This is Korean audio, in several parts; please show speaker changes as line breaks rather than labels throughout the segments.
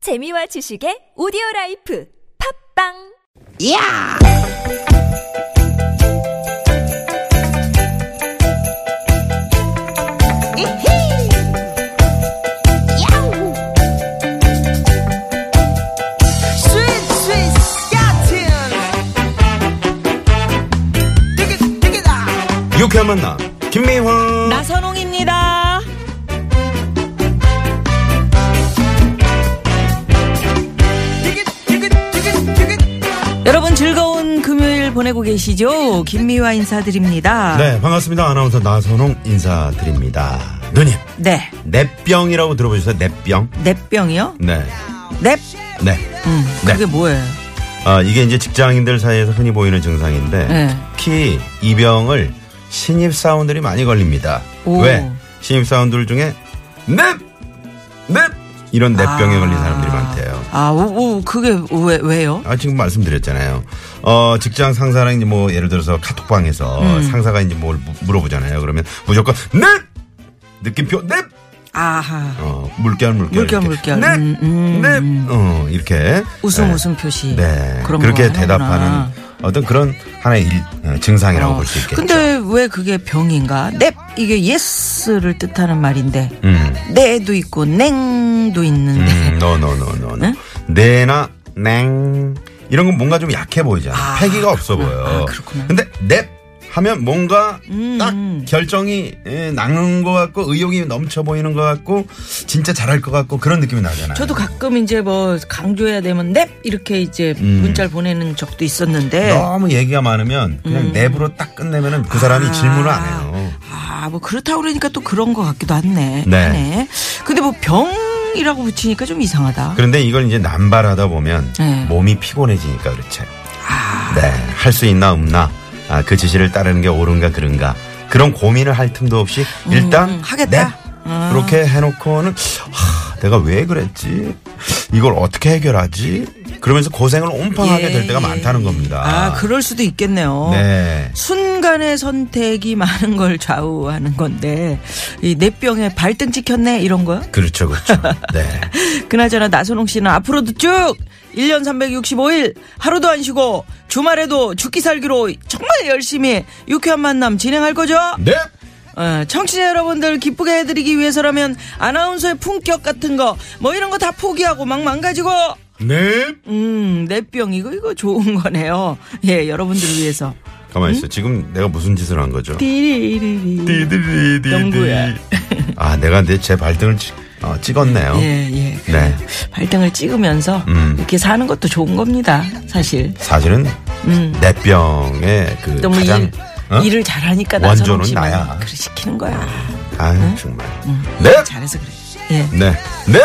재미와 지식의 오디오 라이프 팝빵!
야! 이히! 야우! 스윗 스윗 스카틴! 띠깃 띠깃아!
유쾌한 만남 김미화
나선홍입니다.
띠깃 띠깃 띠깃 띠깃!
여러분 즐거운 금요일 보내고 계시죠? 김미화 인사드립니다.
네 반갑습니다 아나운서 나선홍 인사드립니다 누님
네.
넷병이라고 들어보셨어요 넷병
넷병이요?
네네
넵? 음,
네.
그게 뭐예요?
아, 이게 이제 직장인들 사이에서 흔히 보이는 증상인데
네.
특히 이 병을 신입사원들이 많이 걸립니다
오.
왜 신입사원들 중에 넵! 넵! 이런 넷병에 걸린 사람들이 많대요
아, 오, 오, 그게 왜, 왜요?
아, 지금 말씀드렸잖아요. 어, 직장 상사랑 이제 뭐 예를 들어서 카톡방에서
음.
상사가 이제 뭘 무- 물어보잖아요. 그러면 무조건 넵! 느낌표 넵!
아하.
어, 물결 물결.
물결,
이렇게.
물결.
넵!
음, 음,
넵! 어, 이렇게.
웃음
네.
웃음 표시.
네.
그런
그렇게
거 하는구나.
대답하는 어떤 그런 하나의 일, 어, 증상이라고
어,
볼 수 있겠죠.
근데 왜 그게 병인가? 넵! 이게 예스를 뜻하는 말인데.
음.
네도 있고 냉도 있는데.
음, no, no, no, no, no.
네?
내나 냉 이런 건 뭔가 좀 약해 보이잖아.
아,
패기가 없어 보여.
아, 그렇구나.
근데 넵 하면 뭔가
음.
딱 결정이 예, 나는 것 같고 의욕이 넘쳐 보이는 것 같고 진짜 잘할 것 같고 그런 느낌이 나잖아요.
저도 가끔 이제 뭐 강조해야 되면 넵 이렇게 이제
음. 아,
문자를 보내는 적도 있었는데
너무 얘기가 많으면 그냥 넵으로 딱 끝내면은 그 사람이
음. 아.
질문을 안 해요.
아 뭐 그렇다고 그러니까 또 그런 것 같기도 하네.
네.
하네. 근데 뭐 병이라고 붙이니까 좀 이상하다.
그런데 이걸 이제 남발하다 보면
네.
몸이 피곤해지니까 그렇지.
아,
네, 할 수 있나 없나, 아, 그 지시를 따르는 게 옳은가 그른가 그런 고민을 할 틈도 없이 일단 네,
음, 하겠다. 아.
그렇게 해놓고는 하, 내가 왜 그랬지? 이걸 어떻게 해결하지? 그러면서 고생을 온팡하게
예,
될 때가
예.
많다는 겁니다.
아 그럴 수도 있겠네요.
네.
순간의 선택이 많은 걸 좌우하는 건데 이 내병에 발등 찍혔네 이런 거요?
그렇죠, 그렇죠. 네.
그나저나 나선홍 씨는 앞으로도 쭉 1년 365일 하루도 안 쉬고 주말에도 죽기 살기로 정말 열심히 유쾌한 만남 진행할 거죠?
네.
어, 청취자 여러분들 기쁘게 해드리기 위해서라면 아나운서의 품격 같은 거 뭐 이런 거 다 포기하고 막 망가지고
네.
음, 내병 이거 이거 좋은 거네요. 예, 여러분들을 위해서.
가만히 있어. 지금 내가 무슨 짓을 한 거죠?
띠리리리.
띠디디디디.
영구야.
아, 내가 내 제 발등을 찍, 어, 찍었네요.
예, 예.
네.
발등을 찍으면서
음.
이렇게 사는 것도 좋은 겁니다. 사실.
사실은 내 병의 그
음. 너무
가장
뭐 일,
어?
일을 잘하니까
원조는
나선홍 씨만
나야.
그래 시키는 거야.
아유
어?
정말
일
넵!
잘해서 그래. 예.
네. 네.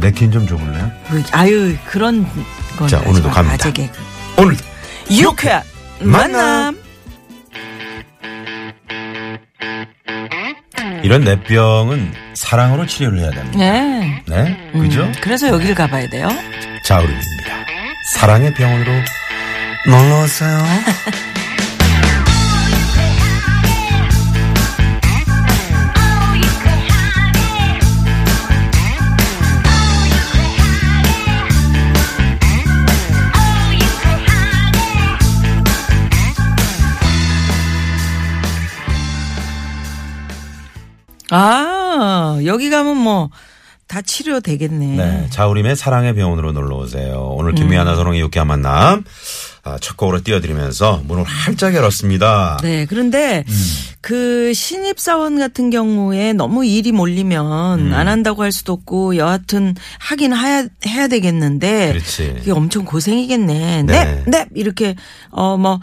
내킨 좀 줘볼래요?
그, 아유 그런 건.
자,
하지
오늘도
마.
갑니다.
아재 개그.
오늘
유쾌한
만남.
만남.
이런 내 병은 사랑으로 치료를 해야 됩니다.
예.
네,
음,
그죠?
그래서 여기를 가봐야 돼요.
자우림입니다. 사랑의 병원으로 놀러 오세요.
아 여기 가면 뭐 다 치료 되겠네.
네, 자우림의 사랑의 병원으로 놀러 오세요. 오늘
음.
김미아나 선홍의 유쾌한 만남 아, 첫 곡으로 띄워드리면서 문을 활짝 열었습니다.
네, 그런데
음.
그 신입 사원 같은 경우에 너무 일이 몰리면
음.
안 한다고 할 수도 없고 여하튼 하긴 해야, 해야 되겠는데
그렇지.
그게 엄청 고생이겠네.
네.
넵, 넵 이렇게 어 뭐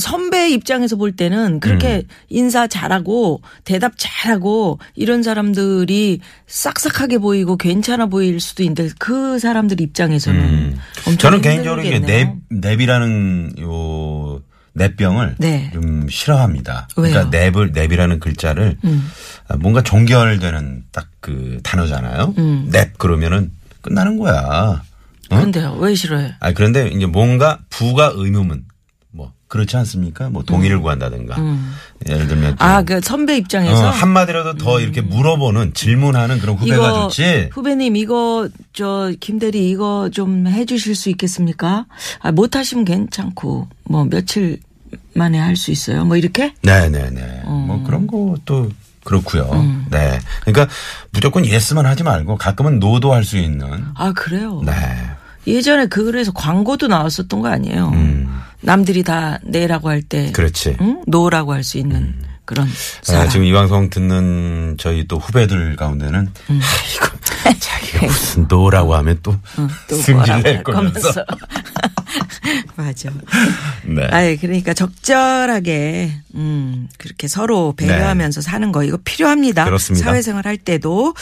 선배 입장에서 볼 때는 그렇게
음.
인사 잘하고 대답 잘하고 이런 사람들이 싹싹하게 보이고 괜찮아 보일 수도 있는데 그 사람들 입장에서는
음.
엄청
저는 개인적으로 이게
힘들겠네요.
넵, 넵이라는 요 넵병을
네.
좀 싫어합니다.
왜요? 음.
그러니까 넵을 넵이라는 글자를 아, 뭔가 종결되는 딱 그 단어잖아요.
음.
넵 그러면은 끝나는 거야. 어?
근데요 왜 싫어요?
아 그런데 이제 뭔가 부가 의무문 뭐 그렇지 않습니까? 뭐 동의를 구한다든가. 예를 들면 또
음. 아, 그 선배
어,
입장에서 음.
한마디라도 더 이렇게 물어보는 질문하는 그런 후배가
이거
좋지.
후배님 이거 저 김대리 이거 좀 해주실 수 있겠습니까? 아, 못 하시면 괜찮고 뭐 며칠 만에 할 수 있어요. 뭐 이렇게 어.
네네네. 뭐 그런 것도 그렇고요.
음.
네. 그러니까 무조건 예스만 하지 말고 가끔은 노도 할 수 있는.
아 그래요.
네.
예전에 그래서 광고도 나왔었던 거 아니에요. 남들이 다 네라고 할 때
음. 그렇지.
응? 노라고 할 수 있는 그런 음. 사람.
음. 아, 지금 이 방송 듣는 저희 또 후배들 가운데는
음.
아이고 자기가 무슨 노라고 하면 또
음, 또 뭐라고
승질낼
할
거면서.
거면서. 맞아.
네.
아예 그러니까 적절하게 음 그렇게 서로 배려하면서 사는 거 이거 필요합니다.
네. 그렇습니다.
사회생활 할 때도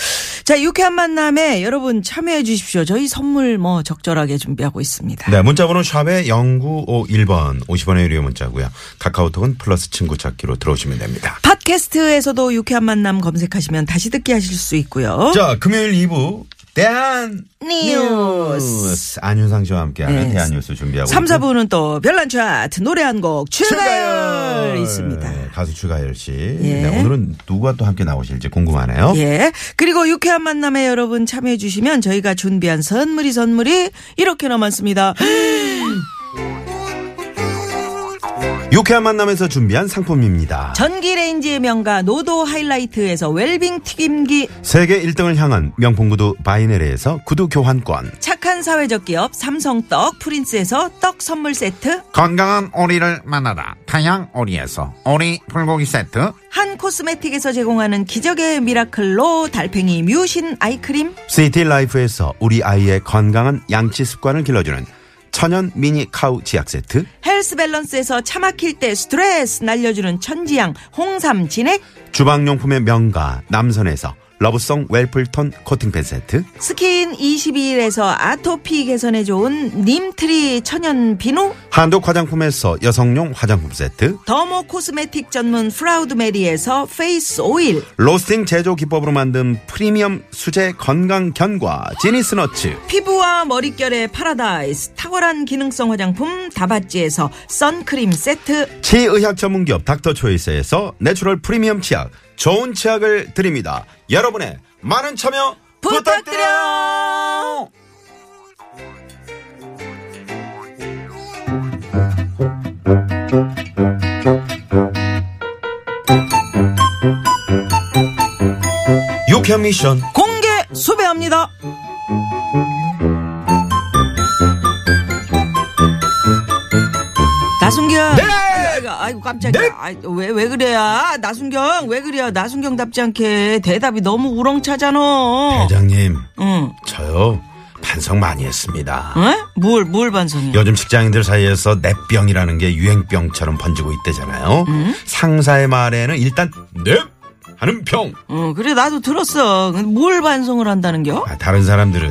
자 유쾌한 만남에 여러분 참여해 주십시오. 저희 선물 뭐 적절하게 준비하고 있습니다.
네, 문자번호 샵에 0951번 50원의 유료 문자고요. 카카오톡은 플러스 친구 찾기로 들어오시면 됩니다.
팟캐스트에서도 유쾌한 만남 검색하시면 다시 듣기 하실 수 있고요.
자, 금요일 2부 대한
뉴스.
뉴스 안윤상 씨와 함께하는
네.
대한 뉴스 준비하고
3,
있고요.
4부는 또 별난 차트 노래 한 곡 출가열 있습니다.
네, 가수 추가열 씨.
예.
네, 오늘은 누가 또 함께 나오실지 궁금하네요.
예. 그리고 유쾌한 만남에 여러분 참여해 주시면 저희가 준비한 선물이 선물이 이렇게나 많습니다.
유쾌한 만남에서 준비한 상품입니다.
전기레인지의 명가 노도 하이라이트에서 웰빙 튀김기
세계 1등을 향한 명품 구두 바이네리에서 구두 교환권.
착한 사회적 기업 삼성떡 프린스에서 떡 선물 세트
건강한 오리를 만나다 다양 오리에서 오리 불고기 세트
한 코스메틱에서 제공하는 기적의 미라클로 달팽이 뮤신 아이크림
시티 라이프에서 우리 아이의 건강한 양치 습관을 길러주는 천연 미니 카우 치약 세트.
헬스 밸런스에서 차 막힐 때 스트레스 날려주는 천지향 홍삼 진액
주방용품의 명가 남선에서 러브송 웰플턴 코팅팬 세트.
스킨 22일에서 아토피 개선에 좋은 님트리 천연 비누
한독 화장품에서 여성용 화장품 세트.
더모 코스메틱 전문 프라우드 메리에서 페이스 오일
로스팅 제조 기법으로 만든 프리미엄 수제 건강 견과 지니스 너츠.
피부와 머릿결의 파라다이스 탁월한 기능성 화장품 다바찌에서 선크림 세트
치의학 전문기업 닥터초이스에서 내추럴 프리미엄 치약 좋은 치약을 드립니다. 여러분의 많은 참여 부탁드려요. 유쾌한 미션
공개 수배합니다 나순경 네! 아이고, 아이고 깜짝이야
네!
왜, 왜 그래 야 아, 나순경 왜 그래 나순경 답지 않게 대답이 너무 우렁차잖아
회장님
응.
저요 반성 많이 했습니다.
에? 뭘, 뭘 반성해?
요즘 직장인들 사이에서 내병이라는 게 유행병처럼 번지고 있대잖아요.
음?
상사의 말에는 일단 넵 하는 병.
어, 그래, 나도 들었어. 근데 뭘 반성을 한다는 겨?
아, 다른 사람들은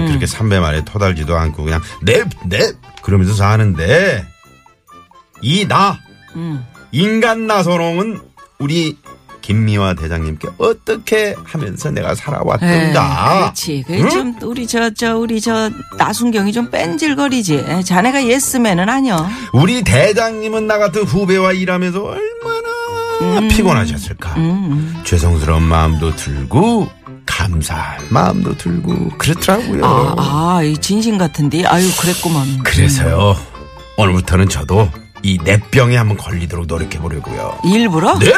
음.
그렇게 삼배 말에 토달지도 않고 그냥 넵 넵 그러면서 사는데 이 나
음.
인간 나선홍은 우리 김미화 대장님께 어떻게 하면서 내가
에이,
살아왔던가.
네, 예, 그렇지. 그게 좀, 우리 저, 저, 우리 저, 나순경이 좀 뺀질거리지. 에, 자네가 예스맨은 아니여.
우리 대장님은 나 같은 후배와 일하면서 얼마나
음.
피곤하셨을까. 죄송스러운 마음도 들고 감사할 마음도 들고 그렇더라고요.
아, 아, 이 진심 같은데. 아유, 그랬구먼.
그래서요 오늘부터는 저도 이 뇌병에 한번 걸리도록 노력해 보려고요. 네?
일부러?
뇌?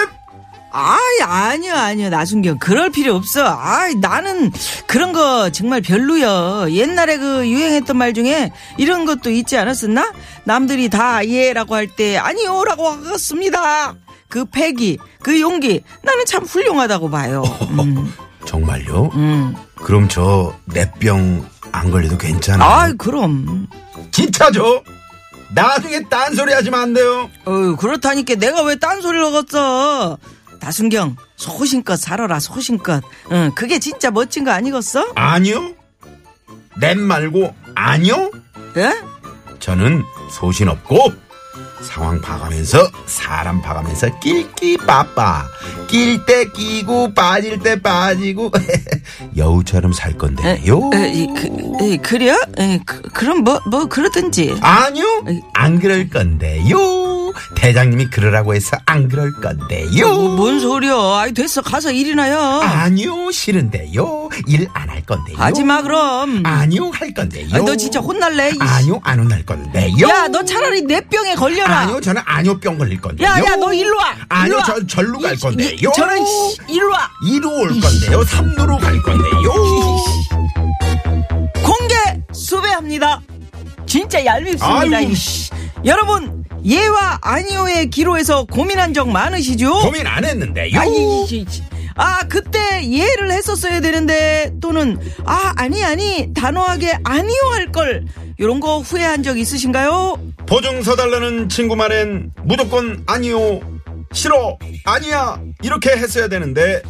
아이, 아니요, 아니요, 나순경. 그럴 필요 없어. 아이, 나는 그런 거 정말 별로여. 옛날에 그 유행했던 말 중에 이런 것도 있지 않았었나? 남들이 다 예, 라고 할 때, 아니요, 라고 하겠습니다. 그 패기, 그 용기, 나는 참 훌륭하다고 봐요. 음,
정말요?
음.
그럼 저 뇌병 안 걸려도 괜찮아요?
아이, 그럼.
진짜죠? 나중에 딴소리 하시면 안 돼요.
어휴, 그렇다니까 내가 왜 딴소리를 하겠어. 나순경, 소신껏 살아라, 소신껏. 응, 그게 진짜 멋진 거 아니겠어?
아니요? 넷 말고 아니요?
예?
저는 소신 없고 상황 봐가면서 사람 봐가면서 낄끼 빠빠 낄 때 끼고 빠질 때 빠지고 여우처럼 살 건데요.
에, 이, 그, 에, 그래요? 에, 그, 그럼 뭐, 뭐, 그러든지.
아니요 안 그럴 건데요. 대장님이 그러라고 해서 안 그럴 건데요.
뭐, 뭔 소리야? 아이 됐어 가서 일이나 요
아니요 싫은데요. 일 안 할 건데요.
하지마 그럼.
아니요 할 건데요.
아니, 너 진짜 혼날래? 이씨.
아니요 안 혼날 건데요.
야, 너 차라리 내 병에 걸려라.
아니요 저는 아니요 병 걸릴 건데요.
야, 야, 너 일로 와. 일로
아니요
와.
저 절로 갈
이-
건데요.
이- 저런 씨, 일로 와.
이로 올 건데요. 삼로로 갈 건데요.
공개 수배합니다. 진짜 얄밉습니다.
아유,
이 씨. 여러분, 예와 아니오의 기로에서 고민한 적 많으시죠?
고민 안 했는데요.
어. 아, 이, 이, 이, 이. 아, 그때 예를 했었어야 되는데 또는 아 아니 아니 단호하게 아니요 할 걸 이런 거 후회한 적 있으신가요?
보증 서달라는 친구 말엔 무조건 아니요 싫어 아니야 이렇게 했어야 되는데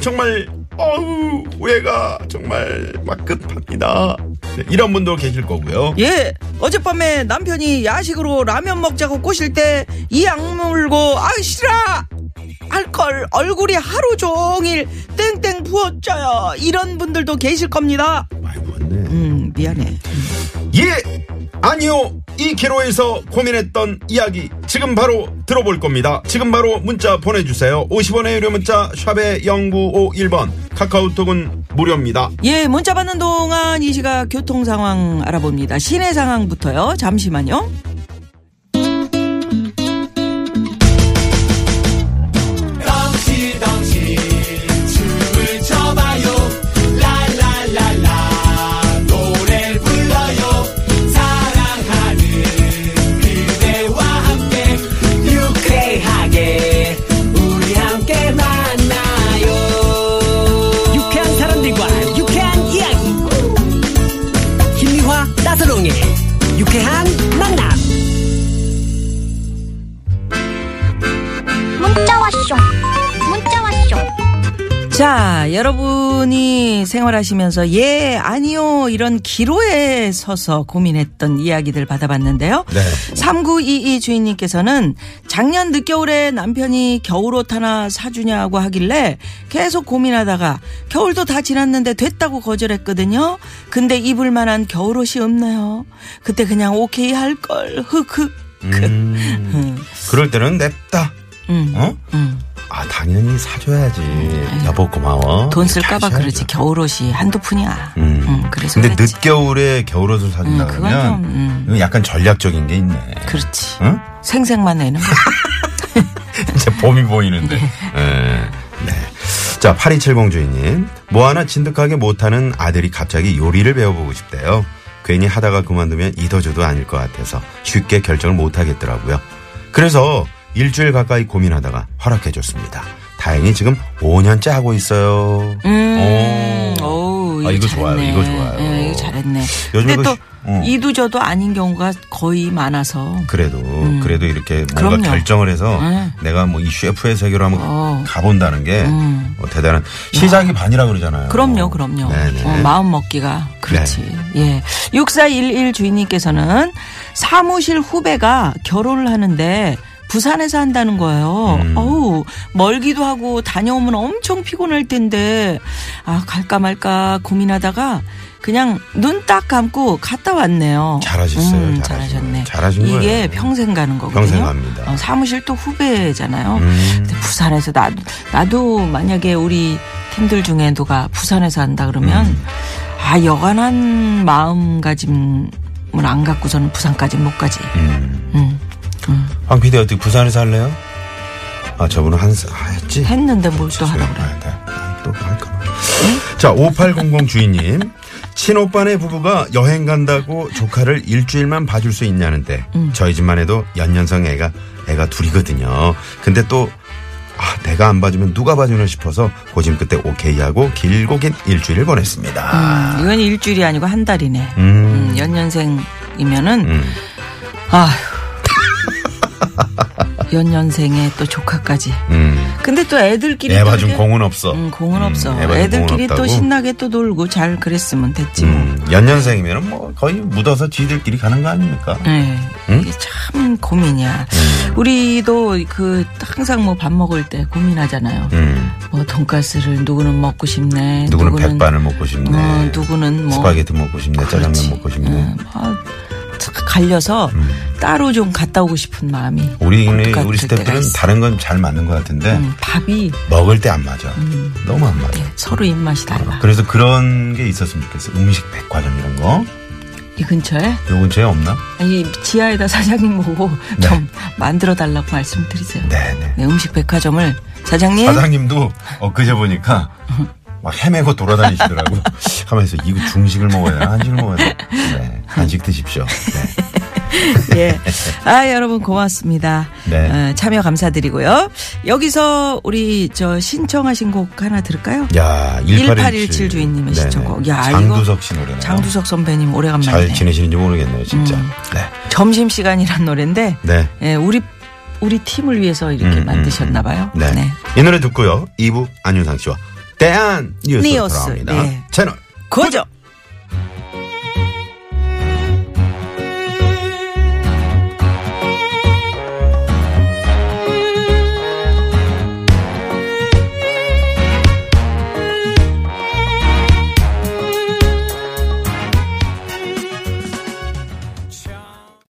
정말 어우 오해가 정말 막급합니다 네, 이런 분도 계실 거고요
예 어젯밤에 남편이 야식으로 라면 먹자고 꼬실 때 이 악물고 아 싫어 할 걸 얼굴이 하루 종일 땡땡 부었져요 이런 분들도 계실 겁니다.
아이고 왔네
음 미안해.
예 아니요 이 기로에서 고민했던 이야기 지금 바로 들어볼 겁니다 지금 바로 문자 보내주세요 50원의 유료 문자 샵에 0951번 카카오톡은 무료입니다
예, 문자 받는 동안 이 시각 교통 상황 알아봅니다. 시내 상황부터요. 잠시만요.
유쾌하게 우리 함께 만나요 유쾌한 사람들과 유쾌한 이야기 김미화 나서롱의 유쾌한 만남
문자 왔쇼 문자 왔쇼
자, 여러분이 생활하시면서 예, 아니요 이런 기로에 서서 고민했던 이야기들 받아봤는데요.
네.
3922 주인님께서는 작년 늦겨울에 남편이 겨울옷 하나 사주냐고 하길래 계속 고민하다가 겨울도 다 지났는데 됐다고 거절했거든요. 근데 입을 만한 겨울옷이 없네요. 그때 그냥 오케이 할 걸 흑흑.
음, 그럴 때는 냅다
음.
어?
음.
아 당연히 사줘야지 여보 고마워
돈
이렇게
쓸까봐
하셔야죠.
그러지 겨울옷이 한두 푼이야.
음.
음, 그래서
근데
그랬지.
늦겨울에 겨울옷을 사준다
음, 그건
그러면
좀, 음.
이건 약간 전략적인 게 있네
그렇지.
응?
생색만 내는 거.
이제 봄이 보이는데 예. 네. 자 8270 주인님 뭐 하나 진득하게 못하는 아들이 갑자기 요리를 배워보고 싶대요 괜히 하다가 그만두면 이도저도 아닐 것 같아서 쉽게 결정을 못하겠더라고요 그래서 일주일 가까이 고민하다가 허락해줬습니다 다행히 지금 5년째 하고 있어요
음.
오.
오,
아, 이거
잘했네.
좋아요. 이거 좋아요.
예, 이거 잘했네.
요즘에
근데
그
또
시- 어.
이두저도 아닌 경우가 거의 많아서.
그래도 그래도 이렇게 뭔가
음. 그럼요.
결정을 해서
응.
내가 뭐 이 셰프의 세계로 한번
어.
가본다는 게
음.
뭐 대단한 시작이 반이라 그러잖아요.
그럼요, 그럼요.
네네. 네.
어, 마음 먹기가 그렇지. 예. 6411 주인님께서는 사무실 후배가 결혼을 하는데 부산에서 한다는 거예요.
음.
어우, 멀기도 하고 다녀오면 엄청 피곤할 텐데 아, 갈까 말까 고민하다가 그냥 눈 딱 감고 갔다 왔네요.
잘하셨어요,
음,
잘하신 거예요.
잘하셨네.
잘하신
이게
거예요.
평생 가는 거거든요.
평생 갑니다.
어, 사무실 또 후배잖아요.
음.
근데 부산에서 나, 나도 만약에 우리 팀들 중에 누가 부산에서 한다 그러면
음.
아 여간한 마음가짐을 안 갖고 저는 부산까지 못 가지.
음.
음.
황 PD 어떻게 부산에서 할래요? 아 저분은 한 아, 했지.
했는데 뭘 또 하라 그래.
아, 네. 아, 또 할까 봐. 자, 5800 주인님. 친오빠네 부부가 여행 간다고 조카를 일주일만 봐줄 수 있냐는데
음.
저희 집만 해도 연년생 애가 애가 둘이거든요. 근데 또 아, 내가 안 봐주면 누가 봐주나 싶어서 고심 끝에 오케이 하고 길고 긴 일주일을 보냈습니다.
이건 일주일이 아니고 한 달이네.
음.
음, 연년생이면은
음.
아 연년생에 또 조카까지.
음.
근데 또 애들끼리
애
또
네, 봐준
이렇게-
공은 없어.
음, 공은
음,
없어.
애 봐준 공은
애들끼리 또
없다고?
신나게 또 놀고 잘 그랬으면 됐지 뭐.
음, 연년생이면 뭐 거의 묻어서 지들끼리 가는 거 아닙니까?
네.
응? 음.
이게 참 고민이야. 우리도 그 항상 뭐 밥 먹을 때 고민하잖아요.
음.
뭐 돈가스를 누구는 먹고 싶네.
누구는, 백반을 먹고 싶네.
어, 누구는 뭐 음.
스파게티 먹고 싶네. 짜장면
그렇지.
먹고 싶네.
응, 뭐, 참 갈려서 따로 좀 갔다 오고 싶은 마음이
우리 우리
같을
우리
때가
스태프들은
있어.
다른 건 잘 맞는 것 같은데
음, 밥이 네,
먹을 때 안 맞아. 너무 안 맞아.
서로 입맛이 달라.
그래서 그런 게 있었으면 좋겠어. 음식 백화점 이런 거.
이 근처에
요 근처에 없나?
이 지하에다 사장님 보고
네.
좀 만들어 달라고 말씀드리세요.
네네.
네, 음식 백화점을 사장님
사장님도 어, 엊그제 보니까 막 헤매고 돌아다니시더라고. 하면서 이거 중식을 먹어야 되나? 한식을 먹어야 되나? 네. 한식 드십시오. 네.
예. 아, 여러분 고맙습니다.
네.
어, 참여 감사드리고요. 여기서 우리 저 신청하신 곡 하나 들을까요?
야, 네,
1817 주인님의 신청곡. 야, 이거
장두석 씨 노래네요.
장두석 선배님
잘
오래간만이네.
지내시는지 모르겠네요, 진짜.
음.
네.
점심시간이란 노래인데
네.
예, 우리 우리 팀을 위해서 이렇게
음, 음,
만드셨나
음.
봐요.
네. 이 노래 듣고요. 2부 안윤상 씨와 대한 뉴스
뉴스,
돌아옵니다.
네.
채널
고정.